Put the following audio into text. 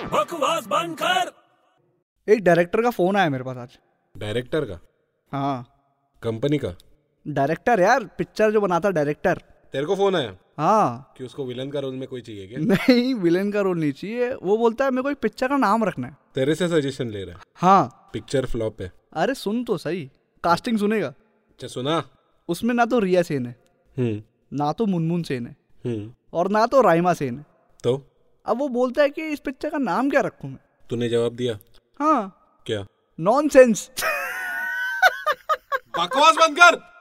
आवाज बंद कर एक डायरेक्टर का फ़ोन आया मेरे पास आज डायरेक्टर का हाँ कंपनी का डायरेक्टर यार पिक्चर जो बनाता है डायरेक्टर तेरे को फोन आया हाँ कि उसको विलन का रोल में कोई चाहिए क्या नहीं विलेन का रोल नहीं चाहिए वो बोलता है मेरे को एक पिक्चर का नाम रखना है तेरे से सजेशन ले रहा है हाँ पिक्चर फ्लॉप है अरे सुन तो सही कास्टिंग सुनेगा अच्छा सुना उसमें ना तो रिया सेन है हम्म ना तो मुनमुन सेन है हम्म और ना तो राइमा सेन है तो अब वो बोलता है कि इस पिक्चर का नाम क्या रखूँ मैं तूने जवाब दिया हाँ क्या नॉनसेंस बकवास बंद कर